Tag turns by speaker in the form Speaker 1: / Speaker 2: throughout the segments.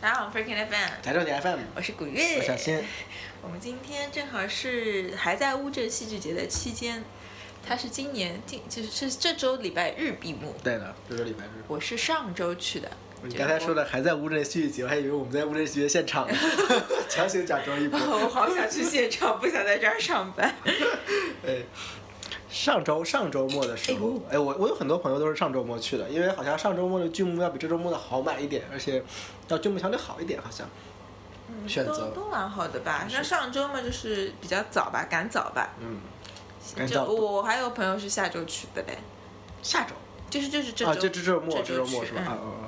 Speaker 1: 大家好，Freaking FM，
Speaker 2: 台州你 FM，
Speaker 1: 我是古月，
Speaker 2: 我小新。
Speaker 1: 我们今天正好是还在乌镇戏剧节的期间，它是今年今就是是这周礼拜日闭幕。
Speaker 2: 对的，这周礼拜日。
Speaker 1: 我是上周去的。
Speaker 2: 你刚才说的还在乌镇戏剧节，我还以为我们在乌镇戏剧节现场呢，强行假装 一波。
Speaker 1: 我好想去现场，不想在这儿上班。
Speaker 2: 哎，上周上周末的时候，哎，我我有很多朋友都是上周末去的，因为好像上周末的剧目要比这周末的好买一点，而且要剧目相对好一点，好像。选择
Speaker 1: 都蛮好的吧？那上周嘛，就是比较早吧，赶早吧。
Speaker 2: 嗯，
Speaker 1: 这
Speaker 2: 赶早
Speaker 1: 我还有朋友是下周去的嘞，
Speaker 2: 下周
Speaker 1: 就是就是这周，
Speaker 2: 啊，这这周末
Speaker 1: 这
Speaker 2: 这
Speaker 1: 周
Speaker 2: 周
Speaker 1: 去
Speaker 2: 末是吧？
Speaker 1: 嗯
Speaker 2: 啊啊啊！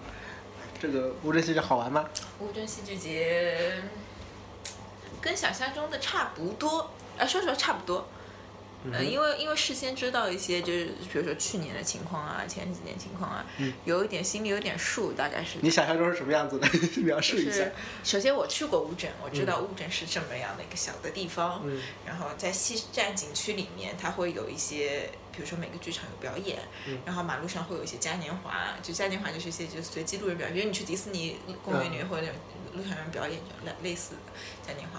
Speaker 2: 这个乌镇戏剧好玩吗？
Speaker 1: 乌镇戏剧节跟想象中的差不多，啊，说实话差不多。
Speaker 2: 嗯
Speaker 1: 呃，因为因为事先知道一些，就是比如说去年的情况啊，前几年情况啊，有一点心里有点数，大概是。
Speaker 2: 嗯你想象中是什么样子的？ 描述
Speaker 1: 就
Speaker 2: 一下
Speaker 1: 是。，首先我去过乌镇，我知道乌镇是这么样的一个小的地方，
Speaker 2: 嗯
Speaker 1: 然后在西站景区里面，它会有一些，比如说每个剧场有表演，然后马路上会有一些嘉年华，就嘉年华就是一些就随机路人表演，比如你去迪士尼公园里面会有那种路上人表演，就类类似的嘉年华，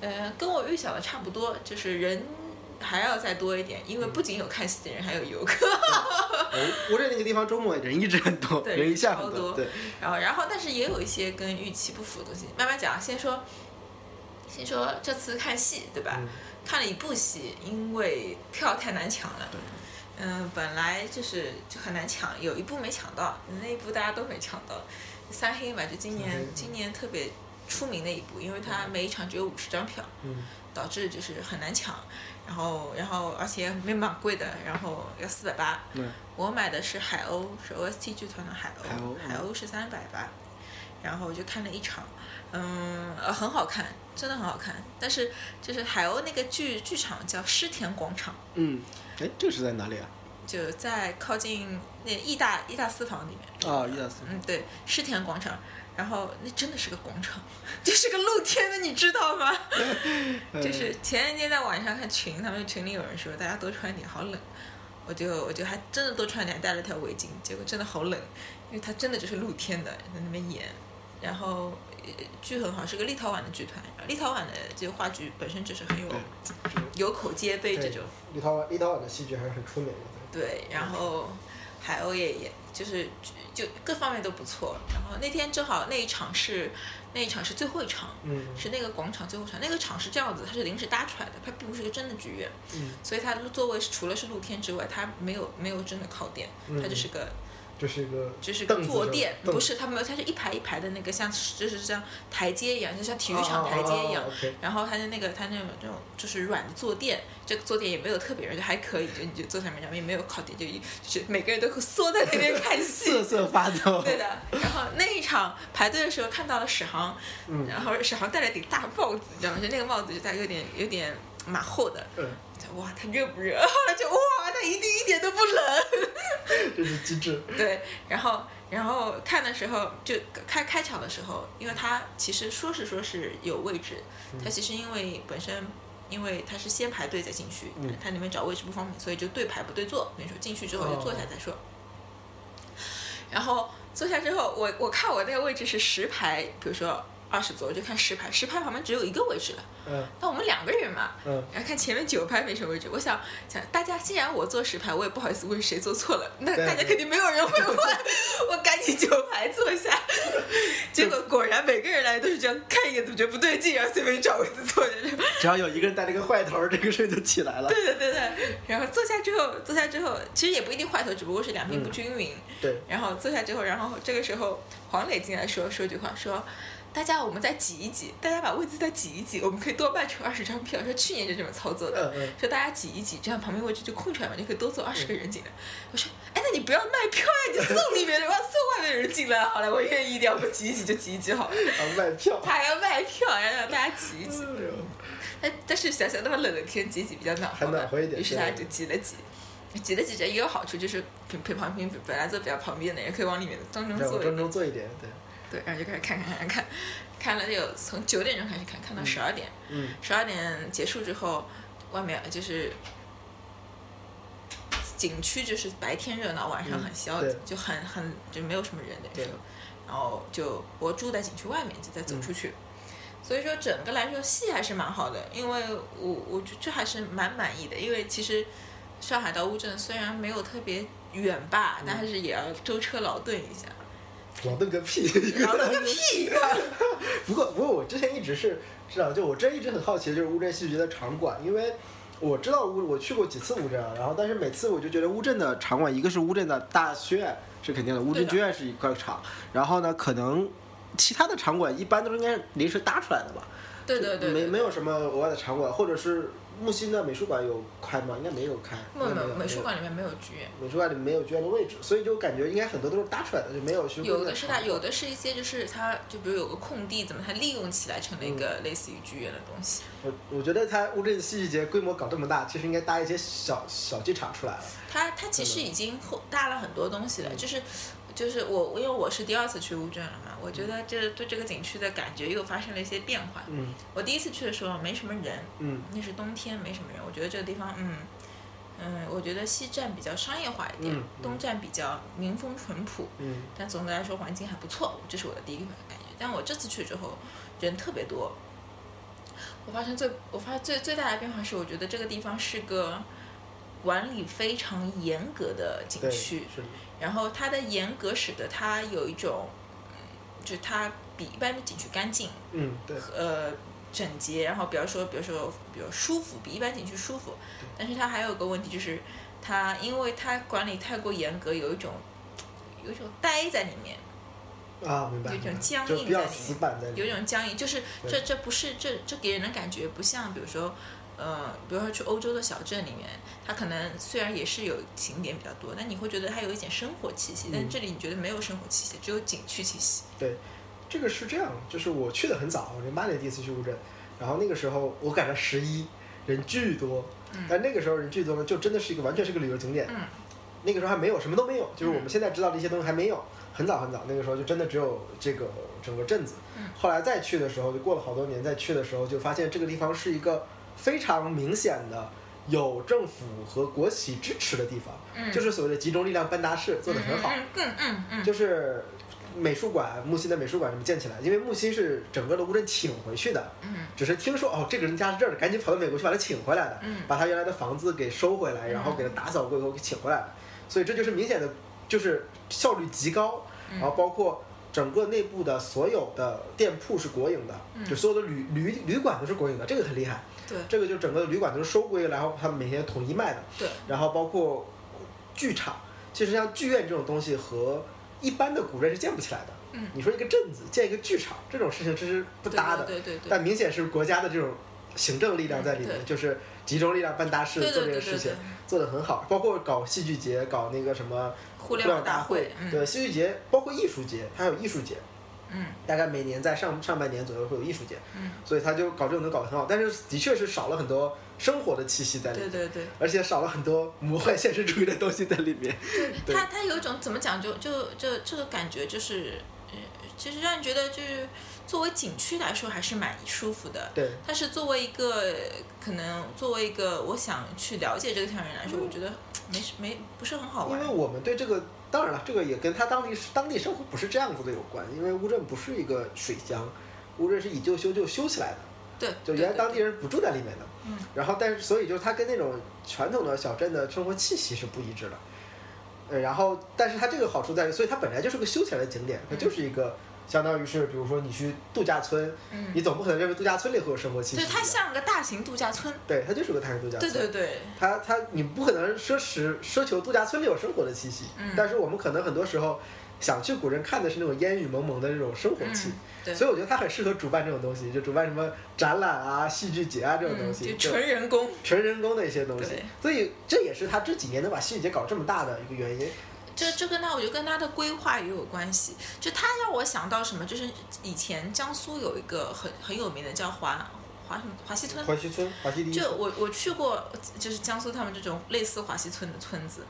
Speaker 1: 呃，跟我预想的差不多，就是人还要再多一点，因为不仅有看戏的人，还有游客。
Speaker 2: 哎乌镇那个地方周末人一直很多，
Speaker 1: 对
Speaker 2: 人一下很
Speaker 1: 超多
Speaker 2: 对，
Speaker 1: 然后，然后，但是也有一些跟预期不符的东西，慢慢讲。先说，先说这次看戏，对吧？
Speaker 2: 嗯
Speaker 1: 看了一部戏，因为票太难抢了。嗯、本来就是就很难抢，有一部没抢到，那一部大家都没抢到。三黑嘛，就今
Speaker 2: 三
Speaker 1: 年
Speaker 2: 黑
Speaker 1: 今年特别出名的一部，因为它每一场只有五十张票，
Speaker 2: 嗯
Speaker 1: 导致就是很难抢。然后，然后而且没蛮贵的，然后要四百八。
Speaker 2: 嗯
Speaker 1: 我买的是海鸥，是 OST 剧团的海鸥，
Speaker 2: 海鸥嗯
Speaker 1: 海鸥是三百吧，然后我就看了一场，嗯，呃，很好看，真的很好看。但是就是海鸥那个剧剧场叫狮田广场，
Speaker 2: 嗯，哎，这个是在哪里啊？
Speaker 1: 就在靠近那义大义大私房里面，
Speaker 2: 啊，一二四，
Speaker 1: 嗯，对，狮田广场。然后那真的是个广场， 就是个露天的，你知道吗？
Speaker 2: 呃
Speaker 1: 就是前一天在网上看群，他们群里有人说大家多穿点，好冷。我就我就还真的多穿点，带了条围巾，结果真的好冷，因为它真的就是露天的，在那边演。然后、呃剧很好，是个立陶宛的剧团，然后立陶宛的这个话剧本身就是很有有口皆碑这种。
Speaker 2: 立陶宛立陶宛的戏剧还是很出名的。
Speaker 1: 对，然后海鸥也也就是就就各方面都不错。然后那天正好那一场是那一场是最后一场，
Speaker 2: 嗯
Speaker 1: 是那个广场最后一场。那个场是这样子，它是临时搭出来的，它并不是一个真的剧院，
Speaker 2: 嗯，
Speaker 1: 所以它的座位是除了是露天之外，它没有没有真的靠垫，它就是个。
Speaker 2: 就是一个
Speaker 1: 就是
Speaker 2: 嗯凳子
Speaker 1: 坐
Speaker 2: 上
Speaker 1: 垫，
Speaker 2: 凳
Speaker 1: 不
Speaker 2: 子
Speaker 1: 是它没有，它是一排一排的那个像就是像台阶一样，就像体育场台阶一样。
Speaker 2: 哦哦哦哦，OK
Speaker 1: 然后它的那个它那种那种就是软的坐垫，这个坐垫也没有特别软，就还可以，就你就坐上面，然后也没有靠垫，就一就是每个人都会缩在那边看 戏。
Speaker 2: 瑟瑟发抖。
Speaker 1: 对的，然后那一场排队的时候看到了史航，
Speaker 2: 嗯
Speaker 1: 然后史航戴了顶大帽子，你知道吗？就那个帽子就戴有点有点马后的，
Speaker 2: 嗯，
Speaker 1: 哇，他热不热？ 后来就哇，他一定一点都不冷。
Speaker 2: 这是机智。
Speaker 1: 对，然后然后看的时候就开开场的时候，因为它其实说是说是有位置，它其实因为本身因为它是先排队再进去，
Speaker 2: 嗯
Speaker 1: 它里面找位置不方便，所以就对排不对坐，等于说进去之后就坐下再说。然后坐下之后，我我看我那个位置是十排，比如说二十左右，就看十排，十排旁边只有一个位置了。
Speaker 2: 嗯
Speaker 1: 那我们两个人嘛，
Speaker 2: 嗯，
Speaker 1: 然后看前面九排没什么位置，我想想，大家既然我坐十排，我也不好意思问谁坐错了，那
Speaker 2: 对
Speaker 1: 大家肯定没有人会问，我 赶紧九排坐下。结果果然每个人来都是这样看一眼，总觉得不对劲，然后随便找位子坐着。
Speaker 2: 只要有一个人带了一个坏头儿，这个事儿就起来了。
Speaker 1: 对对对对，然后坐下之后，坐下之后，其实也不一定坏头，只不过是两边不均匀。
Speaker 2: 对，
Speaker 1: 然后坐下之后，然后这个时候黄磊进来说说句话，说大家我们再挤一挤，大家把位子再挤一挤，我们可以多卖出二十张票。说去年就这么操作的，
Speaker 2: 嗯嗯
Speaker 1: 说大家挤一挤，这样旁边位置就空出来嘛，就可以多坐二十个人进来。我说，哎，那你不要卖票呀、你就送里面的人，我要送外面的人进来好了，我愿意一点，我们挤一挤就挤一挤好了。
Speaker 2: 啊，卖票。
Speaker 1: 他还要卖票，然后让大家挤一挤。
Speaker 2: 哎呦
Speaker 1: 但但是想想那么冷的天挤一挤比较暖和
Speaker 2: 还
Speaker 1: 嘛，
Speaker 2: 暖和一点
Speaker 1: 于是
Speaker 2: 对
Speaker 1: 他就挤了挤，挤了挤着也有好处，就是陪陪旁边本来坐比较旁边的人可以往里面当中
Speaker 2: 对，
Speaker 1: 坐
Speaker 2: 我
Speaker 1: 一
Speaker 2: 中
Speaker 1: 点，
Speaker 2: 中坐一点。对，
Speaker 1: 对，然后就开始看看看看，看了有从九点钟开始看，看到十二点，
Speaker 2: 嗯，
Speaker 1: 十二点结束之后，外面就是景区就是白天热闹，晚上很
Speaker 2: 嗯
Speaker 1: 消，
Speaker 2: 对
Speaker 1: 就很很就没有什么人的时
Speaker 2: 对
Speaker 1: 候。然后就我住在景区外面，就再走出
Speaker 2: 嗯
Speaker 1: 去。所以说整个来说戏还是蛮好的，因为我我就就还是蛮满意的，因为其实上海到乌镇虽然没有特别远吧，但是也要舟车劳顿一下，
Speaker 2: 劳顿个屁！
Speaker 1: 劳顿个屁呀！
Speaker 2: 不过不过我之前一直是知道，就我之前一直很好奇，就是乌镇戏剧节的场馆，因为我知道乌我去过几次乌镇啊，然后但是每次我就觉得乌镇的场馆，一个是乌镇的大剧院是肯定的，乌镇剧院是一块场，然后呢可能。其他的场馆一般都应该临时搭出来的吧？
Speaker 1: 对对对,
Speaker 2: 对，没没有什么额外的场馆，或者是木心的美术馆有开吗？应该没有开。
Speaker 1: 没有
Speaker 2: 没有，
Speaker 1: 美术馆里面没有剧院。
Speaker 2: 美术馆里没有剧院的位置，所以就感觉应该很多都是搭出来的，就没有去。
Speaker 1: 有的是它，有的是一些就是它，就比如有个空地，怎么它利用起来成了一个类似于剧院的东西。
Speaker 2: 嗯、我我觉得它乌镇戏剧节规模搞这么大，其实应该搭一些小小剧场出来了。
Speaker 1: 它它其实已经后搭了很多东西了，嗯、就是。就是我，因为我是第二次去乌镇了嘛，我觉得这对这个景区的感觉又发生了一些变化。
Speaker 2: 嗯，
Speaker 1: 我第一次去的时候没什么人，
Speaker 2: 嗯，
Speaker 1: 那是冬天没什么人，我觉得这个地方，嗯嗯，我觉得西站比较商业化一点，
Speaker 2: 嗯、
Speaker 1: 东站比较民风淳朴，
Speaker 2: 嗯，
Speaker 1: 但总的来说环境还不错，这是我的第一个感觉。但我这次去之后，人特别多，我发现最我发现最最大的变化是，我觉得这个地方是个管理非常严格的景区。然后它的严格使得它有一种，嗯，就它比一般的景区干净，
Speaker 2: 嗯，对，
Speaker 1: 呃，整洁。然后比方说，比如说，比如舒服，比一般景区舒服。但是它还有个问题就是，它因为它管理太过严格，有一种，有一种呆在里面。
Speaker 2: 啊，明白。
Speaker 1: 有一种僵
Speaker 2: 硬在里
Speaker 1: 面。有一种僵硬，就是这这不是这这给人的感觉不像，比如说。呃，比如说去欧洲的小镇里面，它可能虽然也是有景点比较多，但你会觉得它有一点生活气息。
Speaker 2: 嗯
Speaker 1: 但这里你觉得没有生活气息，只有景区气息。
Speaker 2: 对，这个是这样，就是我去的很早，我零八年第一次去乌镇，然后那个时候我赶上十一，人巨多。
Speaker 1: 嗯。
Speaker 2: 但那个时候人巨多呢，就真的是一个完全是个旅游景点。
Speaker 1: 嗯。
Speaker 2: 那个时候还没有什么都没有，就是我们现在知道的一些东西还没有。很早很早，那个时候就真的只有这个整个镇子。
Speaker 1: 嗯。
Speaker 2: 后来再去的时候，就过了好多年，再去的时候就发现这个地方是一个。非常明显的有政府和国企支持的地方，
Speaker 1: 嗯、
Speaker 2: 就是所谓的集中力量办大事，做得很好。
Speaker 1: 嗯嗯嗯，
Speaker 2: 就是美术馆，木心的美术馆什么建起来，因为木心是整个的乌镇请回去的。
Speaker 1: 嗯，
Speaker 2: 只是听说哦，这个人家是这儿的，赶紧跑到美国去把他请回来的，
Speaker 1: 嗯、
Speaker 2: 把他原来的房子给收回来，然后给他打扫过以后给请回来的。
Speaker 1: 嗯
Speaker 2: 所以这就是明显的，就是效率极高，
Speaker 1: 嗯
Speaker 2: 然后包括。整个内部的所有的店铺是国营的，
Speaker 1: 嗯、
Speaker 2: 就所有的旅旅旅馆都是国营的，这个很厉害。
Speaker 1: 对，
Speaker 2: 这个就整个旅馆都是收归，然后他们每天统一卖的。
Speaker 1: 对，
Speaker 2: 然后包括剧场，其实像剧院这种东西和一般的古镇是建不起来的。
Speaker 1: 嗯，
Speaker 2: 你说一个镇子建一个剧场这种事情，这是不搭的。
Speaker 1: 对对,对对对。
Speaker 2: 但明显是国家的这种行政力量在里面，
Speaker 1: 嗯、
Speaker 2: 就是集中力量办大事，
Speaker 1: 对
Speaker 2: 做这个事情做得很好，包括搞戏剧节，搞那个什么。
Speaker 1: 互联网
Speaker 2: 大
Speaker 1: 会，
Speaker 2: 嗯、对戏剧节，包括艺术节，它有艺术节，
Speaker 1: 嗯，
Speaker 2: 大概每年在上上半年左右会有艺术节，
Speaker 1: 嗯，
Speaker 2: 所以它就搞这种能搞得很好，但是的确是少了很多生活的气息在里面，
Speaker 1: 对对对，
Speaker 2: 而且少了很多魔幻现实主义的东西在里面，对，
Speaker 1: 它它有一种怎么讲，就就就这个感觉就是，呃，就是让你觉得就是作为景区来说还是蛮舒服的，
Speaker 2: 对，
Speaker 1: 但是作为一个可能作为一个我想去了解这个地方人来说，
Speaker 2: 嗯
Speaker 1: 我觉得没没不是很好玩，
Speaker 2: 因为我们对这个，当然了，这个也跟他当地当地生活不是这样子的有关，因为乌镇不是一个水乡，乌镇是以旧修旧修起来的，
Speaker 1: 对，
Speaker 2: 就
Speaker 1: 对
Speaker 2: 原来当
Speaker 1: 对
Speaker 2: 地人不住在里面的，
Speaker 1: 嗯，
Speaker 2: 然后但是所以就是它跟那种传统的小镇的生活气息是不一致的，呃，然后但是它这个好处在于，所以它本来就是个休闲的景点，它
Speaker 1: 嗯
Speaker 2: 就是一个相当于是，比如说你去度假村，
Speaker 1: 嗯
Speaker 2: 你总不可能认为度假村里会有生活气息
Speaker 1: 对，
Speaker 2: 一样，
Speaker 1: 它像个大型度假村，
Speaker 2: 对，它就是个泰式度假
Speaker 1: 对
Speaker 2: 村，
Speaker 1: 对对，
Speaker 2: 它它你不可能奢侈奢求度假村里有生活的气息，
Speaker 1: 嗯
Speaker 2: 但是我们可能很多时候想去古镇看的是那种烟雨蒙蒙的那种生活气。
Speaker 1: 嗯，对，
Speaker 2: 所以我觉得它很适合主办这种东西，就主办什么展览啊、戏剧节啊这种东
Speaker 1: 嗯，
Speaker 2: 西，
Speaker 1: 就
Speaker 2: 就
Speaker 1: 纯人工。
Speaker 2: 纯人工的一些东西
Speaker 1: 对，
Speaker 2: 所以这也是他这几年能把戏剧节搞这么大的一个原因。
Speaker 1: 这这跟他，我觉得跟他的规划也有关系。就他让我想到什么，就是以前江苏有一个很很有名的叫华华什么华西村，
Speaker 2: 华西村、华西第一，
Speaker 1: 就我我去过，就是江苏他们这种类似华西村的村子，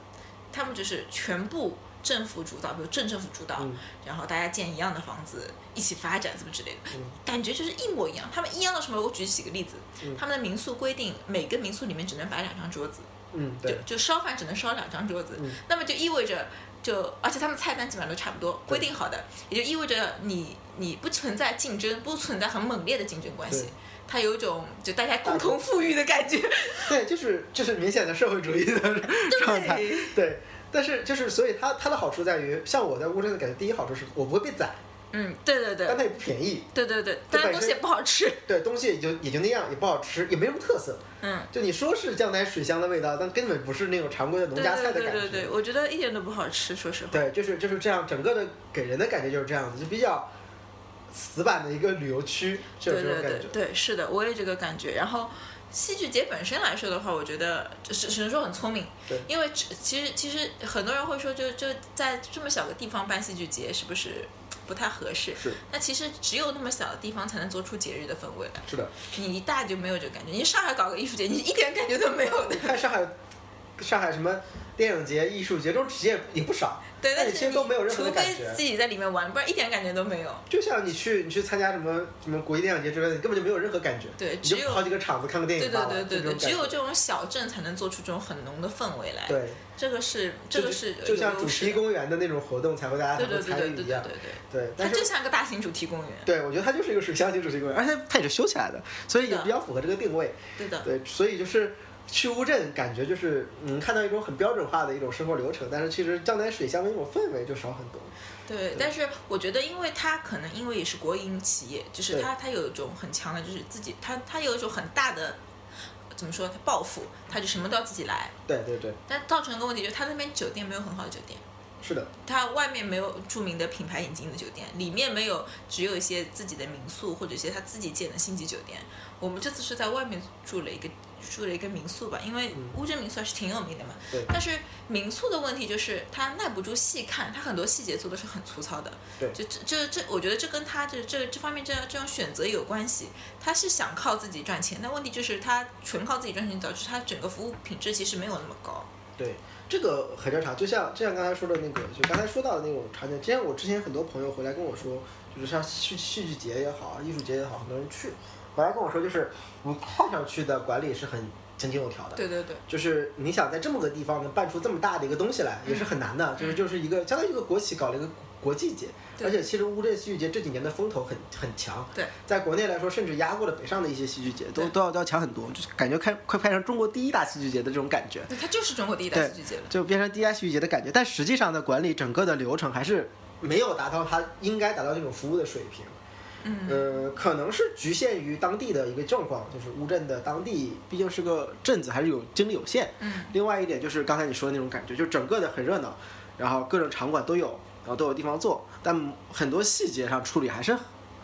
Speaker 1: 他们就是全部政府主导，比如镇政府主导，
Speaker 2: 嗯
Speaker 1: 然后大家建一样的房子，一起发展什么之类的，
Speaker 2: 嗯
Speaker 1: 感觉就是一模一样。他们一样到什么？我举几个例子，
Speaker 2: 嗯
Speaker 1: 他们的民宿规定每个民宿里面只能摆两张桌子，
Speaker 2: 嗯，
Speaker 1: 就
Speaker 2: 对，
Speaker 1: 就烧饭只能烧两张桌子，
Speaker 2: 嗯
Speaker 1: 那么就意味着就而且他们菜单基本上都差不多，规定好的，也就意味着你你不存在竞争，不存在很猛烈的竞争关系
Speaker 2: 对，
Speaker 1: 它有一种就大家共同富裕的感觉，
Speaker 2: 对，就是就是明显的社会主义的状态，
Speaker 1: 对
Speaker 2: 对。但是就是，所以它它的好处在于，像我在乌镇的感觉，第一好处是我不会被宰，
Speaker 1: 嗯，对对对
Speaker 2: 但它也不便宜，
Speaker 1: 对对对，当然东西也不好吃，
Speaker 2: 对，东西也就也就那样，也不好吃，也没什么特色。
Speaker 1: 嗯，
Speaker 2: 就你说是江南水乡的味道，但根本不是那种常规的 农
Speaker 1: 对
Speaker 2: 家
Speaker 1: 对
Speaker 2: 菜的
Speaker 1: 对
Speaker 2: 感觉。
Speaker 1: 对对，我觉得一点都不好吃，说实话，
Speaker 2: 对，就是就是这样，整个的给人的感觉就是这样子，就比较死板的一个旅游区，就
Speaker 1: 对
Speaker 2: 是
Speaker 1: 对
Speaker 2: 这种感觉。
Speaker 1: 对对，是的，我也这个感觉，然后。戏剧节本身来说的话，我觉得只只能说很聪明
Speaker 2: 对，
Speaker 1: 因为只其实其实很多人会说就，就在这么小个地方办戏剧节是不是不太合适？
Speaker 2: 是
Speaker 1: 那其实只有那么小的地方才能做出节日的氛围来。
Speaker 2: 是的，
Speaker 1: 你一大就没有这个感觉，你上海搞个艺术节，你一点感觉都没有的。
Speaker 2: 看上海，上海什么电影节、艺术节这种职业也不少，
Speaker 1: 对，
Speaker 2: 但
Speaker 1: 但
Speaker 2: 你
Speaker 1: 是
Speaker 2: 其实都没有任何的
Speaker 1: 除
Speaker 2: 感
Speaker 1: 非
Speaker 2: 觉
Speaker 1: 自。己在里面玩，不然一点感觉都没有。
Speaker 2: 就像你去你去参加什么什么国际电影节之类的，你根本就没有任何感觉，
Speaker 1: 对
Speaker 2: 你就
Speaker 1: 只有
Speaker 2: 跑几个场子看个电
Speaker 1: 对
Speaker 2: 影
Speaker 1: 对
Speaker 2: 罢
Speaker 1: 对对
Speaker 2: 了，就
Speaker 1: 对，
Speaker 2: 这种
Speaker 1: 只有
Speaker 2: 感觉
Speaker 1: 这种小镇才能做出这种很浓的氛围来。
Speaker 2: 对，
Speaker 1: 这个是这个是
Speaker 2: 就就像
Speaker 1: 有
Speaker 2: 主
Speaker 1: 优势
Speaker 2: 题
Speaker 1: 的
Speaker 2: 公园的那种活动才会大家才
Speaker 1: 对对
Speaker 2: 会
Speaker 1: 对
Speaker 2: 参
Speaker 1: 对
Speaker 2: 与
Speaker 1: 对
Speaker 2: 一
Speaker 1: 对
Speaker 2: 样，
Speaker 1: 对对，
Speaker 2: 对，
Speaker 1: 它
Speaker 2: 但。
Speaker 1: 就是像个大型主题公园。
Speaker 2: 对，我觉得它就是一个水乡型主题公园，而且它也是修起来的，所以也
Speaker 1: 是的
Speaker 2: 比较符合这个定位。
Speaker 1: 对的，
Speaker 2: 对，所以就是去乌镇，感觉就是嗯，看到一种很标准化的一种生活流程，但是其实江南水乡的那种氛围就少很多。
Speaker 1: 对，但是我觉得，因为它可能因为也是国营企业，就是
Speaker 2: 对
Speaker 1: 它它有一种很强的，就是自己，它它有一种很大的，怎么说，它抱负，它就什么都要自己来。
Speaker 2: 对对对，
Speaker 1: 但造成一个问题就是，它那边酒店没有很好的酒店，
Speaker 2: 是的，
Speaker 1: 它外面没有著名的品牌引进的酒店，里面没有，只有一些自己的民宿或者一些他自己建的星级酒店。我们这次是在外面住了一个住了一个民宿吧，因为乌镇民宿还是挺有名的嘛。
Speaker 2: 嗯对
Speaker 1: 但是民宿的问题就是它耐不住细看，它很多细节做的是很粗糙的。
Speaker 2: 对
Speaker 1: 就这这这，我觉得这跟他这这这方面这这种选择有关系。他是想靠自己赚钱，但问题就是他纯靠自己赚钱，导致他整个服务品质其实没有那么高。
Speaker 2: 对，这个很正常。就像就像刚才说的那个，就刚才说到的那种场景，之前我之前很多朋友回来跟我说，就是像戏戏剧节也好，啊艺术节也好，很多人去，回来跟我说，就是你看上去的管理是很井井有条的。
Speaker 1: 对对对，
Speaker 2: 就是你想在这么个地方能办出这么大的一个东西来，也是很难的。就是就是一个相当于一个国企搞了一个国际节，
Speaker 1: 嗯对
Speaker 2: 而且其实乌镇戏剧节这几年的风头很很强，
Speaker 1: 对，
Speaker 2: 在国内来说甚至压过了北上的一些戏剧节，都
Speaker 1: 对
Speaker 2: 都要都要强很多，就是感觉开快快上中国第一大戏剧节的这种感觉，
Speaker 1: 对，他就是中国第一大
Speaker 2: 对
Speaker 1: 戏剧节了。
Speaker 2: 就变成第一大戏剧节的感觉。但实际上的管理整个的流程还是没有达到它应该达到那种服务的水平。
Speaker 1: 嗯，
Speaker 2: 呃，可能是局限于当地的一个状况，就是乌镇的当地毕竟是个镇子，还是有精力有限。
Speaker 1: 嗯，
Speaker 2: 另外一点就是刚才你说的那种感觉，就整个的很热闹，然后各种场馆都有，然后都有地方坐，但很多细节上处理还是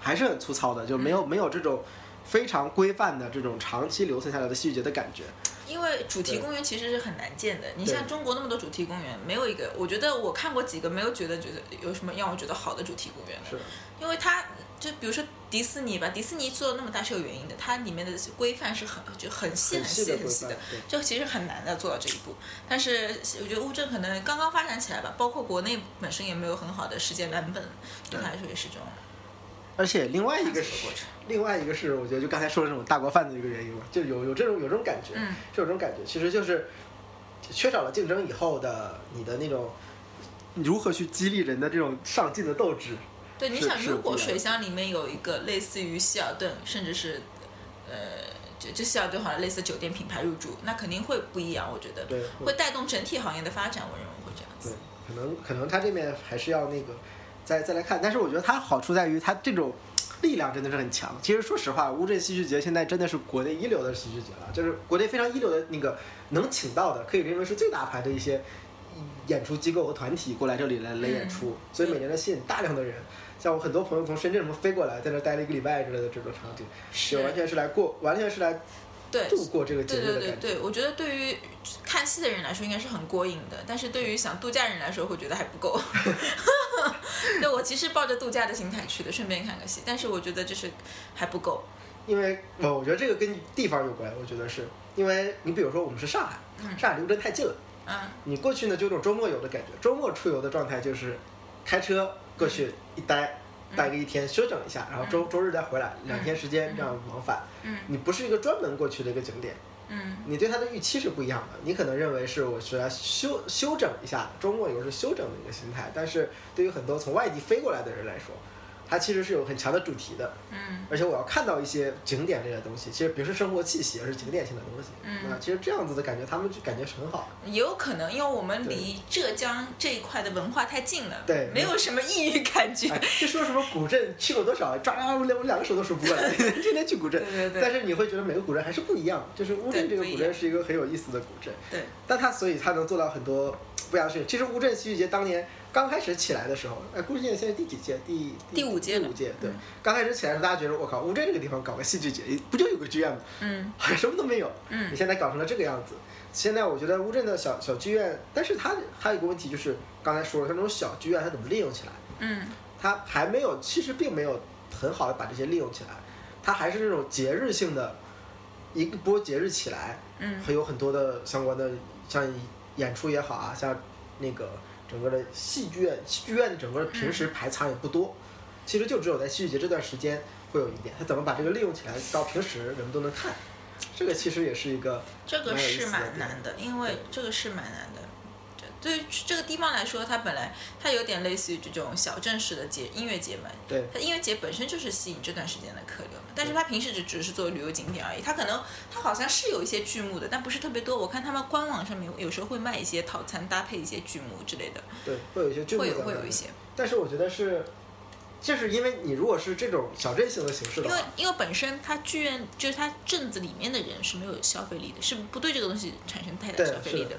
Speaker 2: 还是很粗糙的，就没
Speaker 1: 嗯
Speaker 2: 有、没有这种非常规范的这种长期留存下来的细节的感觉。
Speaker 1: 因为主题公园其实是很难见的。你像中国那么多主题公园，没有一个，我觉得我看过几个，没有觉得觉得有什么让我觉得好的主题公园的。
Speaker 2: 是的，
Speaker 1: 因为它就比如说迪士尼吧，迪士尼做的那么大是有原因的，它里面的规范是很就很细
Speaker 2: 很
Speaker 1: 很细
Speaker 2: 的
Speaker 1: 很
Speaker 2: 规
Speaker 1: 细
Speaker 2: 范
Speaker 1: 的。。
Speaker 2: 对
Speaker 1: 这其实很难的做到这一步，但是我觉得乌镇可能刚刚发展起来吧，包括国内本身也没有很好的世界版本，对它来说也是这种
Speaker 2: 而且另外一个
Speaker 1: 探
Speaker 2: 是
Speaker 1: 索的过程。
Speaker 2: 另外一个是，我觉得就刚才说的那种大锅饭的一个原因嘛，就有有这种有这种感觉，
Speaker 1: 嗯
Speaker 2: 就有这种感觉，其实就是缺少了竞争以后的你的那种如何去激励人的这种上进的斗志，
Speaker 1: 对，你
Speaker 2: 是
Speaker 1: 想，
Speaker 2: 是
Speaker 1: 如
Speaker 2: 不
Speaker 1: 果
Speaker 2: 一样
Speaker 1: 水
Speaker 2: 的
Speaker 1: 乡里面有一个类似于希尔顿，甚至是，呃，就就希尔顿好像类似酒店品牌入驻，那肯定会不一样，我觉得
Speaker 2: 对
Speaker 1: 会带动整体行业的发展，我认为会这样
Speaker 2: 对
Speaker 1: 子。，
Speaker 2: 可能可能他这面还是要那个再再来看，但是我觉得它好处在于它这种力量真的是很强。其实说实话，乌镇戏剧节现在真的是国内一流的戏剧节了，就是国内非常一流的那个能请到的，可以认为是最大牌的一些演出机构和团体过来这里来来
Speaker 1: 嗯
Speaker 2: 演出，所以每年能吸引大量的人。像我很多朋友从深圳什么飞过来，在那儿待了一个礼拜之类的这种场景，
Speaker 1: 是
Speaker 2: 就完全是来过，完全是来
Speaker 1: 对，
Speaker 2: 度过这个节
Speaker 1: 对
Speaker 2: 日
Speaker 1: 对
Speaker 2: 的
Speaker 1: 对
Speaker 2: 感觉。
Speaker 1: 对，我觉得对于看戏的人来说应该是很过瘾的，但是对于想度假人来说会觉得还不 够。对，我其实抱着度假的心态去的，顺便看个戏，但是我觉得就是还不够。
Speaker 2: 因为呃我我觉得这个跟地方有关，我觉得是因为你比如说我们是上海，上海离乌镇太近了，
Speaker 1: 嗯，
Speaker 2: 你过去呢就有种周末游的感觉，周末出游的状态就是开车过去一待。待个一天休整一下，然后周周日再回来，两天时间这样往返。
Speaker 1: 嗯，
Speaker 2: 你不是一个专门过去的一个景点，
Speaker 1: 嗯
Speaker 2: 你对它的预期是不一样的。你可能认为是我是来休休整一下，周末有时候休整的一个心态，但是对于很多从外地飞过来的人来说，它其实是有很强的主题的。
Speaker 1: 嗯
Speaker 2: 而且我要看到一些景点类的东西，其实不是生活气息，而是景点性的东西。那
Speaker 1: 嗯，
Speaker 2: 其实这样子的感觉，他们就感觉是 很好。
Speaker 1: 也有可能因为我们离浙江这一块的文化太近了，
Speaker 2: 对
Speaker 1: 没有什么异域感觉。
Speaker 2: 哎，这说什么古镇去过多少，抓我两我两个手都数不 过来，天天去古镇。
Speaker 1: 对对对
Speaker 2: 但是你会觉得每个古镇还是不一样，就是乌
Speaker 1: 对
Speaker 2: 镇这个
Speaker 1: 不一
Speaker 2: 古
Speaker 1: 样
Speaker 2: 镇是一个很有意思的古镇，
Speaker 1: 对，
Speaker 2: 但它所以它能做到很多不一样的事情。其实乌镇戏剧节当年刚开始起来的时候，哎，估计现在第几届？第
Speaker 1: 第五届
Speaker 2: 第
Speaker 1: 了嗯
Speaker 2: 五届，对。刚开始起来的时候，大家觉得我靠，乌镇这个地方搞个戏剧节，不就有个剧院吗？
Speaker 1: 嗯
Speaker 2: 好 像什么都没有。
Speaker 1: 嗯
Speaker 2: 你现在搞成了这个样子。现在我觉得乌镇的小小剧院，但是它还有一个问题就是，刚才说了，它那种小剧院它怎么利用起来？
Speaker 1: 嗯
Speaker 2: 它还没有，其实并没有很好的把这些利用起来，它还是那种节日性的，一波节日起来，
Speaker 1: 嗯
Speaker 2: 还有很多的相关的像演出也好啊，像那个整个的戏剧院，戏剧院整个的平时排场也不多，其实就只有在戏剧节这段时间会有一点，它怎么把这个利用起来，到平时人们都能看，这个其实也是一个
Speaker 1: 这个
Speaker 2: 蛮有意
Speaker 1: 是
Speaker 2: 思
Speaker 1: 蛮
Speaker 2: 的
Speaker 1: 难的，因为
Speaker 2: 对
Speaker 1: 这个是蛮难的。对对于这个地方来说，它本来它有点类似于这种小镇式的节音乐节嘛，
Speaker 2: 对
Speaker 1: 它音乐节本身就是吸引这段时间的客流嘛，但是
Speaker 2: 对
Speaker 1: 它平时只只是作为旅游景点而已。它可能它好像是有一些剧目的，但不是特别多。我看他们官网上面有有时候会卖一些套餐搭配一些剧目之类的，
Speaker 2: 对，会有一些剧目
Speaker 1: 会
Speaker 2: 在
Speaker 1: 有会
Speaker 2: 那
Speaker 1: 有
Speaker 2: 里
Speaker 1: 一些，
Speaker 2: 但是我觉得是，就是因为你如果是这种小镇型的形式的
Speaker 1: 因为
Speaker 2: 话，
Speaker 1: 因为本身它剧院就是它镇子里面的人是没有消费力的，是不对这个东西产生太大
Speaker 2: 对
Speaker 1: 消费
Speaker 2: 是
Speaker 1: 力
Speaker 2: 的
Speaker 1: 的。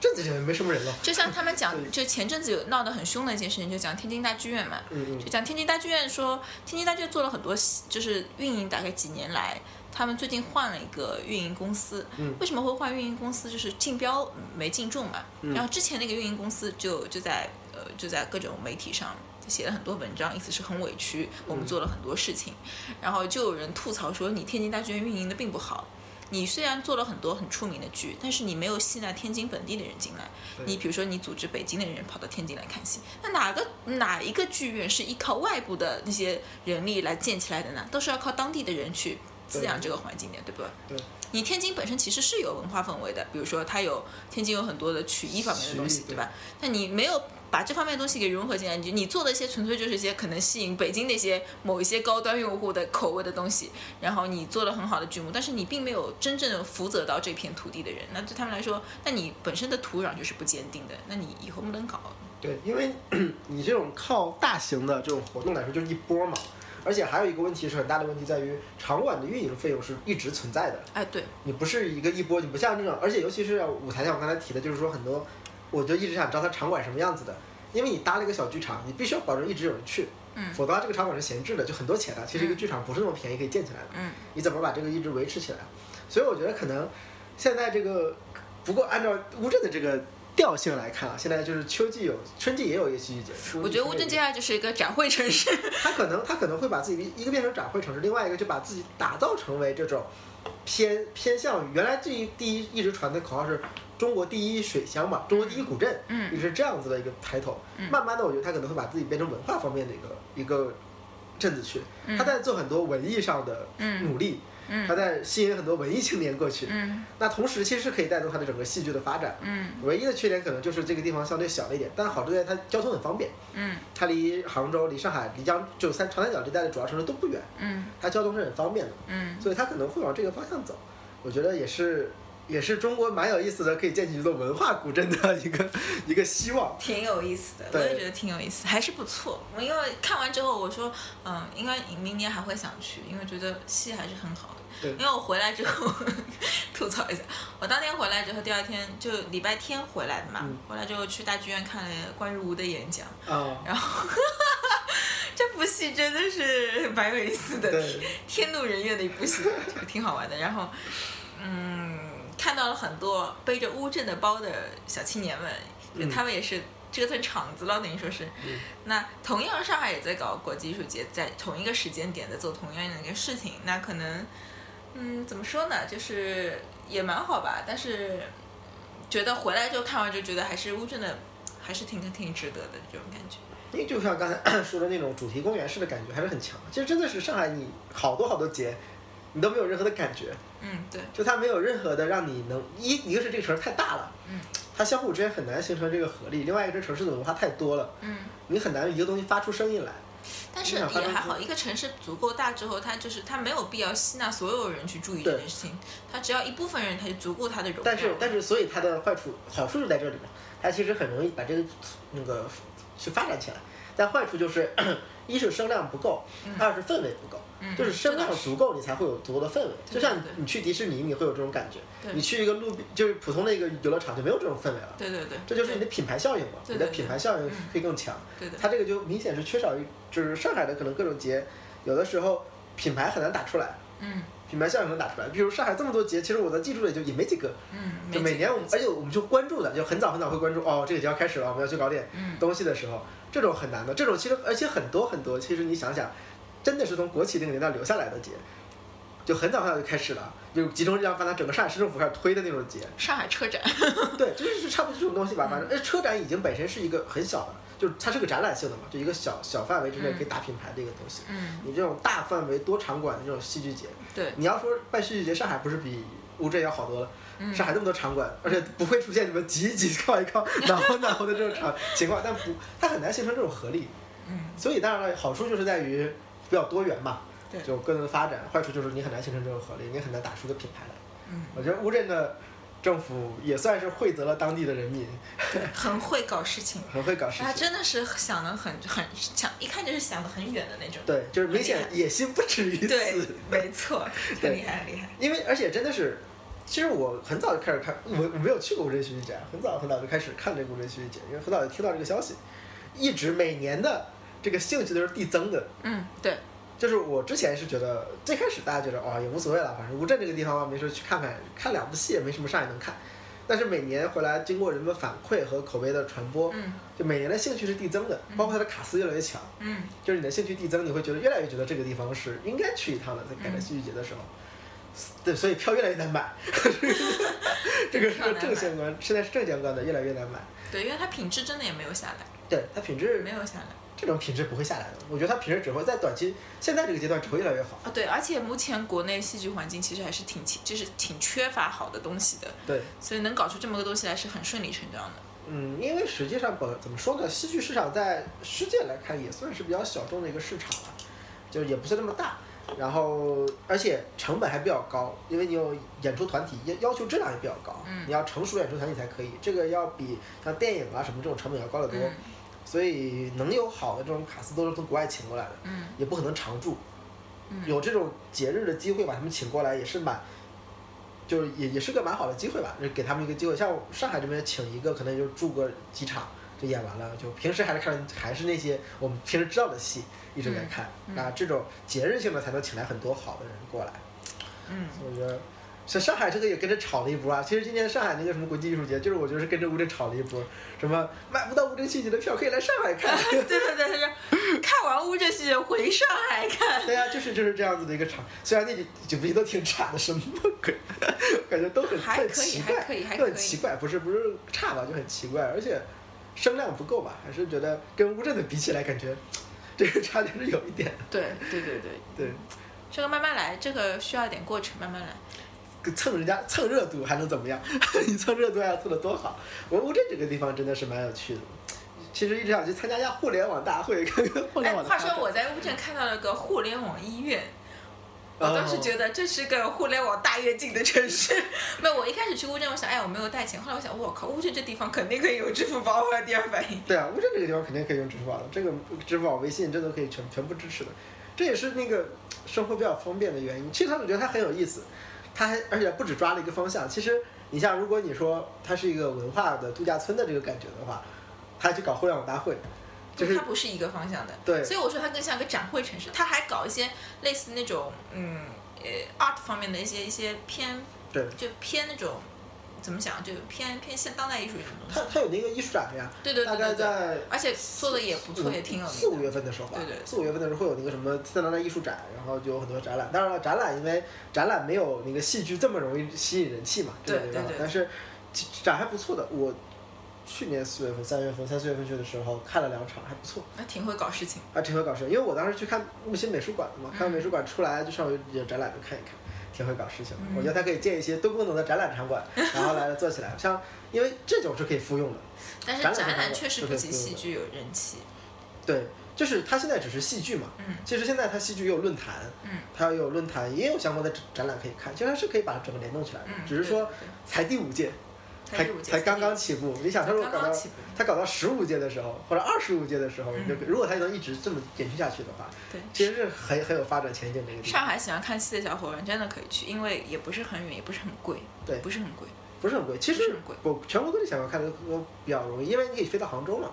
Speaker 2: 镇子里面没什么人了。
Speaker 1: 就像他们
Speaker 2: 对
Speaker 1: 讲，就前阵子有闹得很凶的一件事情，就讲天津大剧院嘛，
Speaker 2: 嗯嗯
Speaker 1: 就，讲天津大剧院说，天津大剧院做了很多戏，就是运营大概几年来，他们最近换了一个运营公司。
Speaker 2: 嗯
Speaker 1: 为什么会换运营公司？就是竞标没竞中嘛。
Speaker 2: 嗯
Speaker 1: 然后之前那个运营公司就就在呃就在各种媒体上。写了很多文章，意思是很委屈，我
Speaker 2: 嗯
Speaker 1: 们做了很多事情，然后就有人吐槽说你天津大剧院运营的并不好，你虽然做了很多很出名的剧，但是你没有吸纳天津本地的人进来，
Speaker 2: 对
Speaker 1: 你比如说，你组织北京的人跑到天津来看戏，那哪个哪一个剧院是依靠外部的那些人力来建起来的呢？都是要靠当地的人去滋养这个环境的，对不对？
Speaker 2: 对，
Speaker 1: 你天津本身其实是有文化氛围的，比如说它有天津有很多的曲艺方面的东
Speaker 2: 曲
Speaker 1: 西
Speaker 2: 艺，
Speaker 1: 对吧？但你没有把这方面的东西给融合进来，你你做的一些纯粹就是一些可能吸引北京那些某一些高端用户的口味的东西，然后你做了很好的剧目，但是你并没有真正的负责到这片土地的人，那对他们来说，那你本身的土壤就是不坚定的，那你以后不能搞。
Speaker 2: 对，因为 你这种靠大型的这种活动来说，就是一波嘛。而且还有一个问题是很大的问题，在于场馆的运营费用是一直存在的。
Speaker 1: 哎，对，
Speaker 2: 你不是一个一波，你不像这种，而且尤其是舞台上我刚才提的，就是说很多，我就一直想知道它场馆什么样子的，因为你搭了一个小剧场，你必须要保证一直有人去，
Speaker 1: 嗯
Speaker 2: 否则的话这个场馆是闲置的，就很多钱的。其实一个
Speaker 1: 嗯
Speaker 2: 剧场不是那么便宜可以建起来的。
Speaker 1: 嗯
Speaker 2: 你怎么把这个一直维持起来？所以我觉得可能现在这个，不过按照乌镇的这个调性来看啊，现在就是秋季有，春季也有一个戏剧节。
Speaker 1: 我觉得乌镇接
Speaker 2: 这样，
Speaker 1: 下来就是一个展会城市。
Speaker 2: 他可能他可能会把自己一个变成展会城市，另外一个就把自己打造成为这种偏偏向于原来这一第一一直传的口号是中国第一水乡嘛，中国第一古镇，
Speaker 1: 嗯
Speaker 2: 一直这样子的一个抬头。
Speaker 1: 嗯
Speaker 2: 慢慢的，我觉得他可能会把自己变成文化方面的一个一个镇子去，
Speaker 1: 嗯
Speaker 2: 他在做很多文艺上的
Speaker 1: 嗯
Speaker 2: 努力。他
Speaker 1: 嗯
Speaker 2: 在吸引很多文艺青年过去。
Speaker 1: 嗯
Speaker 2: 那同时，其实是可以带动他的整个戏剧的发展。
Speaker 1: 嗯
Speaker 2: 唯一的缺点可能就是这个地方相对小了一点，但好处在它交通很方便，
Speaker 1: 嗯
Speaker 2: 它离杭州、离上海、离江就三长三角这一带的主要城市都不远，
Speaker 1: 嗯
Speaker 2: 它交通是很方便的，
Speaker 1: 嗯，
Speaker 2: 所以它可能会往这个方向走。我觉得也是，也是中国蛮有意思的，可以建起一座文化古镇的一个一个希望。
Speaker 1: 挺有意思的，我
Speaker 2: 对
Speaker 1: 也觉得挺有意思，还是不错。我因为看完之后，我说，嗯，应该明年还会想去，因为觉得戏还是很好的。
Speaker 2: 对
Speaker 1: 因为我回来之后 吐槽一下，我当天回来之后，第二天就礼拜天回来的嘛，
Speaker 2: 嗯
Speaker 1: 回来之后去大剧院看了关于吴的演讲，
Speaker 2: 啊、
Speaker 1: 然后这部戏真的是 蛮有意思的，
Speaker 2: 对，
Speaker 1: 天怒人怨的一部戏，就挺好玩的。然后，嗯，看到了很多背着乌镇的包的小青年们，
Speaker 2: 嗯
Speaker 1: 就他们也是折腾场子了，等于说是。
Speaker 2: 嗯
Speaker 1: 那同样，上海也在搞国际艺术节，在同一个时间点在做同样的一个事情，那可能，嗯，怎么说呢，就是也蛮好吧，但是觉得回来之后看完就觉得还是乌镇的，还是挺挺值得的这种感觉。
Speaker 2: 因为就像 刚才说的那种主题公园式的感觉还是很强的。其实真的是上海，你好多好多节，你都没有任何的感觉，
Speaker 1: 嗯，对，
Speaker 2: 就它没有任何的让你能一一个是这个城市太大了，
Speaker 1: 嗯，
Speaker 2: 它相互之间很难形成这个合力，另外一个这城市的文化太多了，
Speaker 1: 嗯。
Speaker 2: 你很难一个东西发出声音来。
Speaker 1: 但是也还好，一个城市足够大之后，它就是它没有必要吸纳所有人去注意这件事情，它只要一部分人，它就足够它的容量。
Speaker 2: 但是但是，所以它的坏处好处就在这里嘛，它其实很容易把这个那个去发展起来，但坏处就是 一是声量不够，二是氛围不够。
Speaker 1: 嗯
Speaker 2: 就是声量
Speaker 1: 这倒
Speaker 2: 足够，你才会有足够的氛围。
Speaker 1: 对
Speaker 2: 就像
Speaker 1: 对对
Speaker 2: 你去迪士尼，你会有这种感觉；
Speaker 1: 对
Speaker 2: 你去一个路边，就是普通的一个游乐场，就没有这种氛围了。
Speaker 1: 对对对，
Speaker 2: 这就是你的品牌效应嘛，
Speaker 1: 对
Speaker 2: 你的
Speaker 1: 对对
Speaker 2: 品牌效应
Speaker 1: 嗯
Speaker 2: 会更强。
Speaker 1: 对的，
Speaker 2: 它这个就明显是缺少于，就是上海的可能各种节，有的时候品牌很难打出来，
Speaker 1: 嗯
Speaker 2: 品牌效应能打出来。比如上海这么多节，其实我能记住的也就也没几个，
Speaker 1: 嗯，
Speaker 2: 就
Speaker 1: 没
Speaker 2: 每
Speaker 1: 几
Speaker 2: 年
Speaker 1: 个
Speaker 2: 我们，而且我们就关注的，就很早很早会关注，哦，这个节要开始了，我们要去搞点
Speaker 1: 嗯
Speaker 2: 东西的时候，这种很难的，这种其实而且很多很多，其实你想想，真的是从国企那个年代留下来的节，就很早很早就开始了，就集中力量把它整个上海市政府开始推的那种节，
Speaker 1: 上海 车展，
Speaker 2: 对，就是差不多这种东西吧，
Speaker 1: 嗯
Speaker 2: 反正哎，车展已经本身是一个很小的，就是它是个展览性的嘛，就一个小小范围之内可以打品牌的一个东西。
Speaker 1: 嗯，
Speaker 2: 你这种大范围多场馆的这种戏剧节，
Speaker 1: 对，
Speaker 2: 你要说办戏剧节，上海不是比乌镇要好多了？
Speaker 1: 嗯
Speaker 2: 上海这么多场馆，而且不会出现什么挤一挤、靠一靠、挠一挠的这种场情况，但不，它很难形成这种合力。
Speaker 1: 嗯，
Speaker 2: 所以当然了，好处就是在于比较多元嘛，
Speaker 1: 对
Speaker 2: 就各自的发展；坏处就是你很难形成这种合力，你很难打出个品牌来。
Speaker 1: 嗯，
Speaker 2: 我觉得乌镇的政府也算是惠泽了当地的人民，
Speaker 1: 很会搞事情，
Speaker 2: 很会搞事
Speaker 1: 他
Speaker 2: 情。
Speaker 1: 真的是想的很很想，一看就是想的很远的那种。
Speaker 2: 对，就是明显
Speaker 1: 很
Speaker 2: 野心不止于
Speaker 1: 对
Speaker 2: 此。，
Speaker 1: 没错，很
Speaker 2: 对
Speaker 1: 厉害，很厉害。
Speaker 2: 因为而且真的是，其实我很早就开始看，我我没有去过乌镇戏剧节，很早很早就开始看这个乌镇戏剧节，因为很早就听到这个消息，一直每年的这个兴趣都是递增的。
Speaker 1: 嗯，对，
Speaker 2: 就是我之前是觉得最开始大家觉得哦也无所谓了，反正乌镇这个地方嘛，没事去看看，看两部戏也没什么上也能看。但是每年回来，经过人们反馈和口碑的传播，
Speaker 1: 嗯
Speaker 2: 就每年的兴趣是递增的，包括它的卡司越来越强，
Speaker 1: 嗯
Speaker 2: 就是你的兴趣递增，你会觉得越来越觉得这个地方是应该去一趟的，在赶在戏剧节的时候，对，所以票越来越难买，这个是个正相关，现在是正相关的，越来越难买。
Speaker 1: 对，因为它品质真的也没有下来，
Speaker 2: 对它品质
Speaker 1: 没有下来。
Speaker 2: 这种品质不会下来的，我觉得它品质只会在短期现在这个阶段只会越来越好。
Speaker 1: 啊，对，而且目前国内戏剧环境其实还是挺缺，就是挺缺乏好的东西的，
Speaker 2: 对，
Speaker 1: 所以能搞出这么个东西来是很顺理成章的。
Speaker 2: 嗯，因为实际上本怎么说呢，戏剧市场在世界来看也算是比较小众的一个市场了，就是也不是那么大。然后，而且成本还比较高，因为你有演出团体，要要求质量也比较高。
Speaker 1: 嗯
Speaker 2: 你要成熟演出团体才可以，这个要比像电影啊什么这种成本要高得多。
Speaker 1: 嗯
Speaker 2: 所以能有好的这种卡司都是从国外请过来的，
Speaker 1: 嗯
Speaker 2: 也不可能常驻。
Speaker 1: 嗯
Speaker 2: 有这种节日的机会把他们请过来也是蛮，就是也也是个蛮好的机会吧，就是给他们一个机会。像上海这边请一个，可能也就住个几场就演完了，就平时还是看还是那些我们平时知道的戏一直在看。
Speaker 1: 嗯嗯
Speaker 2: 那这种节日性的才能请来很多好的人过来，
Speaker 1: 嗯，
Speaker 2: 所以我觉得。像上海这个也跟着炒了一波啊！其实今年上海那个什么国际艺术节，就是我觉得是跟着乌镇炒了一波，什么买不到乌镇戏剧的票可以来上海看，
Speaker 1: 对对对，他说看完乌镇戏剧回上海看，
Speaker 2: 对呀、就是就是这样子的一个场，虽然那几几部戏都挺差的，什么鬼，感觉都很
Speaker 1: 还
Speaker 2: 很
Speaker 1: 可以
Speaker 2: 奇
Speaker 1: 还
Speaker 2: 怪，
Speaker 1: 可以还
Speaker 2: 都
Speaker 1: 可以
Speaker 2: 很奇怪，不是不是差吧，就很奇怪，而且声量不够吧，还是觉得跟乌镇的比起来，感觉这个差距是有一点的，
Speaker 1: 对对对对，
Speaker 2: 对，
Speaker 1: 这个慢慢来，这个需要一点过程，慢慢来。
Speaker 2: 蹭人家蹭热度还能怎么样？ 你蹭热度还要蹭得多好？我乌镇这个地方真的是蛮有趣的。其实一直想去参加一下互联网大会，看看互联
Speaker 1: 哎，
Speaker 2: 网的
Speaker 1: 话
Speaker 2: 发展。
Speaker 1: 说我在乌镇看到了个互联网医院，我
Speaker 2: 哦
Speaker 1: 当时觉得这是个互联网大跃进的城市。 没有，我一开始去乌镇，我想，哎，我没有带钱。后来我想，我靠，乌镇这地方肯定可以有支付宝。我的第二反应，
Speaker 2: 对啊，乌镇这个地方肯定可以用支付宝的，这个支付宝、微信这都可以全全部支持的，这也是那个生活比较方便的原因。其实他们觉得它很有意思，它还而且不只抓了一个方向。其实你像如果你说它是一个文化的度假村的这个感觉的话，它去搞互联网大会，就是
Speaker 1: 它不是一个方向的。
Speaker 2: 对
Speaker 1: 所以我说它更像个展会城市。它还搞一些类似那种，嗯，呃，art 方面的一些一些偏，
Speaker 2: 对
Speaker 1: 就偏那种。怎么讲？就偏偏现当代艺术这种东西
Speaker 2: 它，它有那个艺术展的呀，
Speaker 1: 对对对
Speaker 2: 大概
Speaker 1: 对对，
Speaker 2: 在
Speaker 1: 而且做的也不错，也挺有
Speaker 2: 四
Speaker 1: 名
Speaker 2: 五
Speaker 1: 的。
Speaker 2: 月份的时候吧，
Speaker 1: 对对
Speaker 2: 四五月份的时候会有那个什么自然的艺术展，然后就有很多展览。当然了，展览因为展览没有那个戏剧这么容易吸引人气嘛，这个
Speaker 1: 对
Speaker 2: 没办法
Speaker 1: 对对
Speaker 2: 但是其展还不错的，我去年四月份、三月份、三四月份去的时候看了两场，还不错。
Speaker 1: 那挺会搞事情。嗯
Speaker 2: 啊，挺会搞事，因为我当时去看木心美术馆的嘛，看完美术馆出来就上午有展览就看一看，挺会搞事情的。
Speaker 1: 嗯
Speaker 2: 我觉得他可以建一些多功能的展览场馆，然后来做起来。像因为这种是可以复用的，
Speaker 1: 但是
Speaker 2: 展览
Speaker 1: 展
Speaker 2: 上
Speaker 1: 览
Speaker 2: 的
Speaker 1: 确实
Speaker 2: 是
Speaker 1: 不
Speaker 2: 可以
Speaker 1: 及
Speaker 2: 复用
Speaker 1: 戏
Speaker 2: 的
Speaker 1: 剧有人气。
Speaker 2: 对，就是它现在只是戏剧嘛。
Speaker 1: 嗯
Speaker 2: 其实现在它戏剧也有论坛，
Speaker 1: 嗯
Speaker 2: 它也有论坛，也有相关的展展览可以看，其实它是可以把整个联动起来的。
Speaker 1: 嗯，
Speaker 2: 只是说
Speaker 1: 对
Speaker 2: 才第五届，
Speaker 1: 对对才
Speaker 2: 才
Speaker 1: 第五届
Speaker 2: 才刚刚起步。你想，他如果
Speaker 1: 刚
Speaker 2: 搞
Speaker 1: 刚
Speaker 2: 到
Speaker 1: 起步，
Speaker 2: 他搞到十五届的时候，或者二十五届的时候，
Speaker 1: 嗯
Speaker 2: 你就如果他能一直这么延续下去的话，
Speaker 1: 对。
Speaker 2: 其实是很很有发展前景的一个地
Speaker 1: 上
Speaker 2: 方，
Speaker 1: 海喜欢看戏的小伙伴真的可以去，因为也不是很远，也不是很贵，
Speaker 2: 对
Speaker 1: 不是很贵。
Speaker 2: 不是很贵。其
Speaker 1: 不是
Speaker 2: 实
Speaker 1: 很贵
Speaker 2: 我全国各地想要看的都比较容易，因为你可以飞到杭州嘛，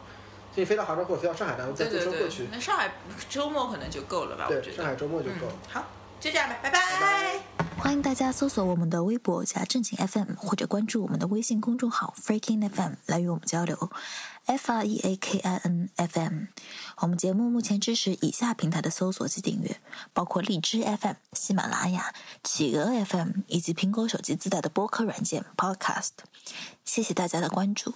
Speaker 2: 所以飞到杭州或者飞到上海，然后再
Speaker 1: 对
Speaker 2: 坐
Speaker 1: 对
Speaker 2: 车过
Speaker 1: 对
Speaker 2: 去，。
Speaker 1: 那上海周末可能就够了吧？我
Speaker 2: 对，
Speaker 1: 觉
Speaker 2: 上
Speaker 1: 得
Speaker 2: 海周末就够了
Speaker 1: 嗯。。好，就这样吧，拜
Speaker 2: 拜拜
Speaker 3: 欢迎大家搜索我们的微博加正经 FM，或者关注我们的微信公众号 Freaking FM 来与我们交流。F R E A K I N F M，我们节目目前支持以下平台的搜索及订阅，包括荔枝 FM、喜马拉雅、企鹅 FM 以及苹果手机自带的播客软件 Podcast。谢谢大家的关注。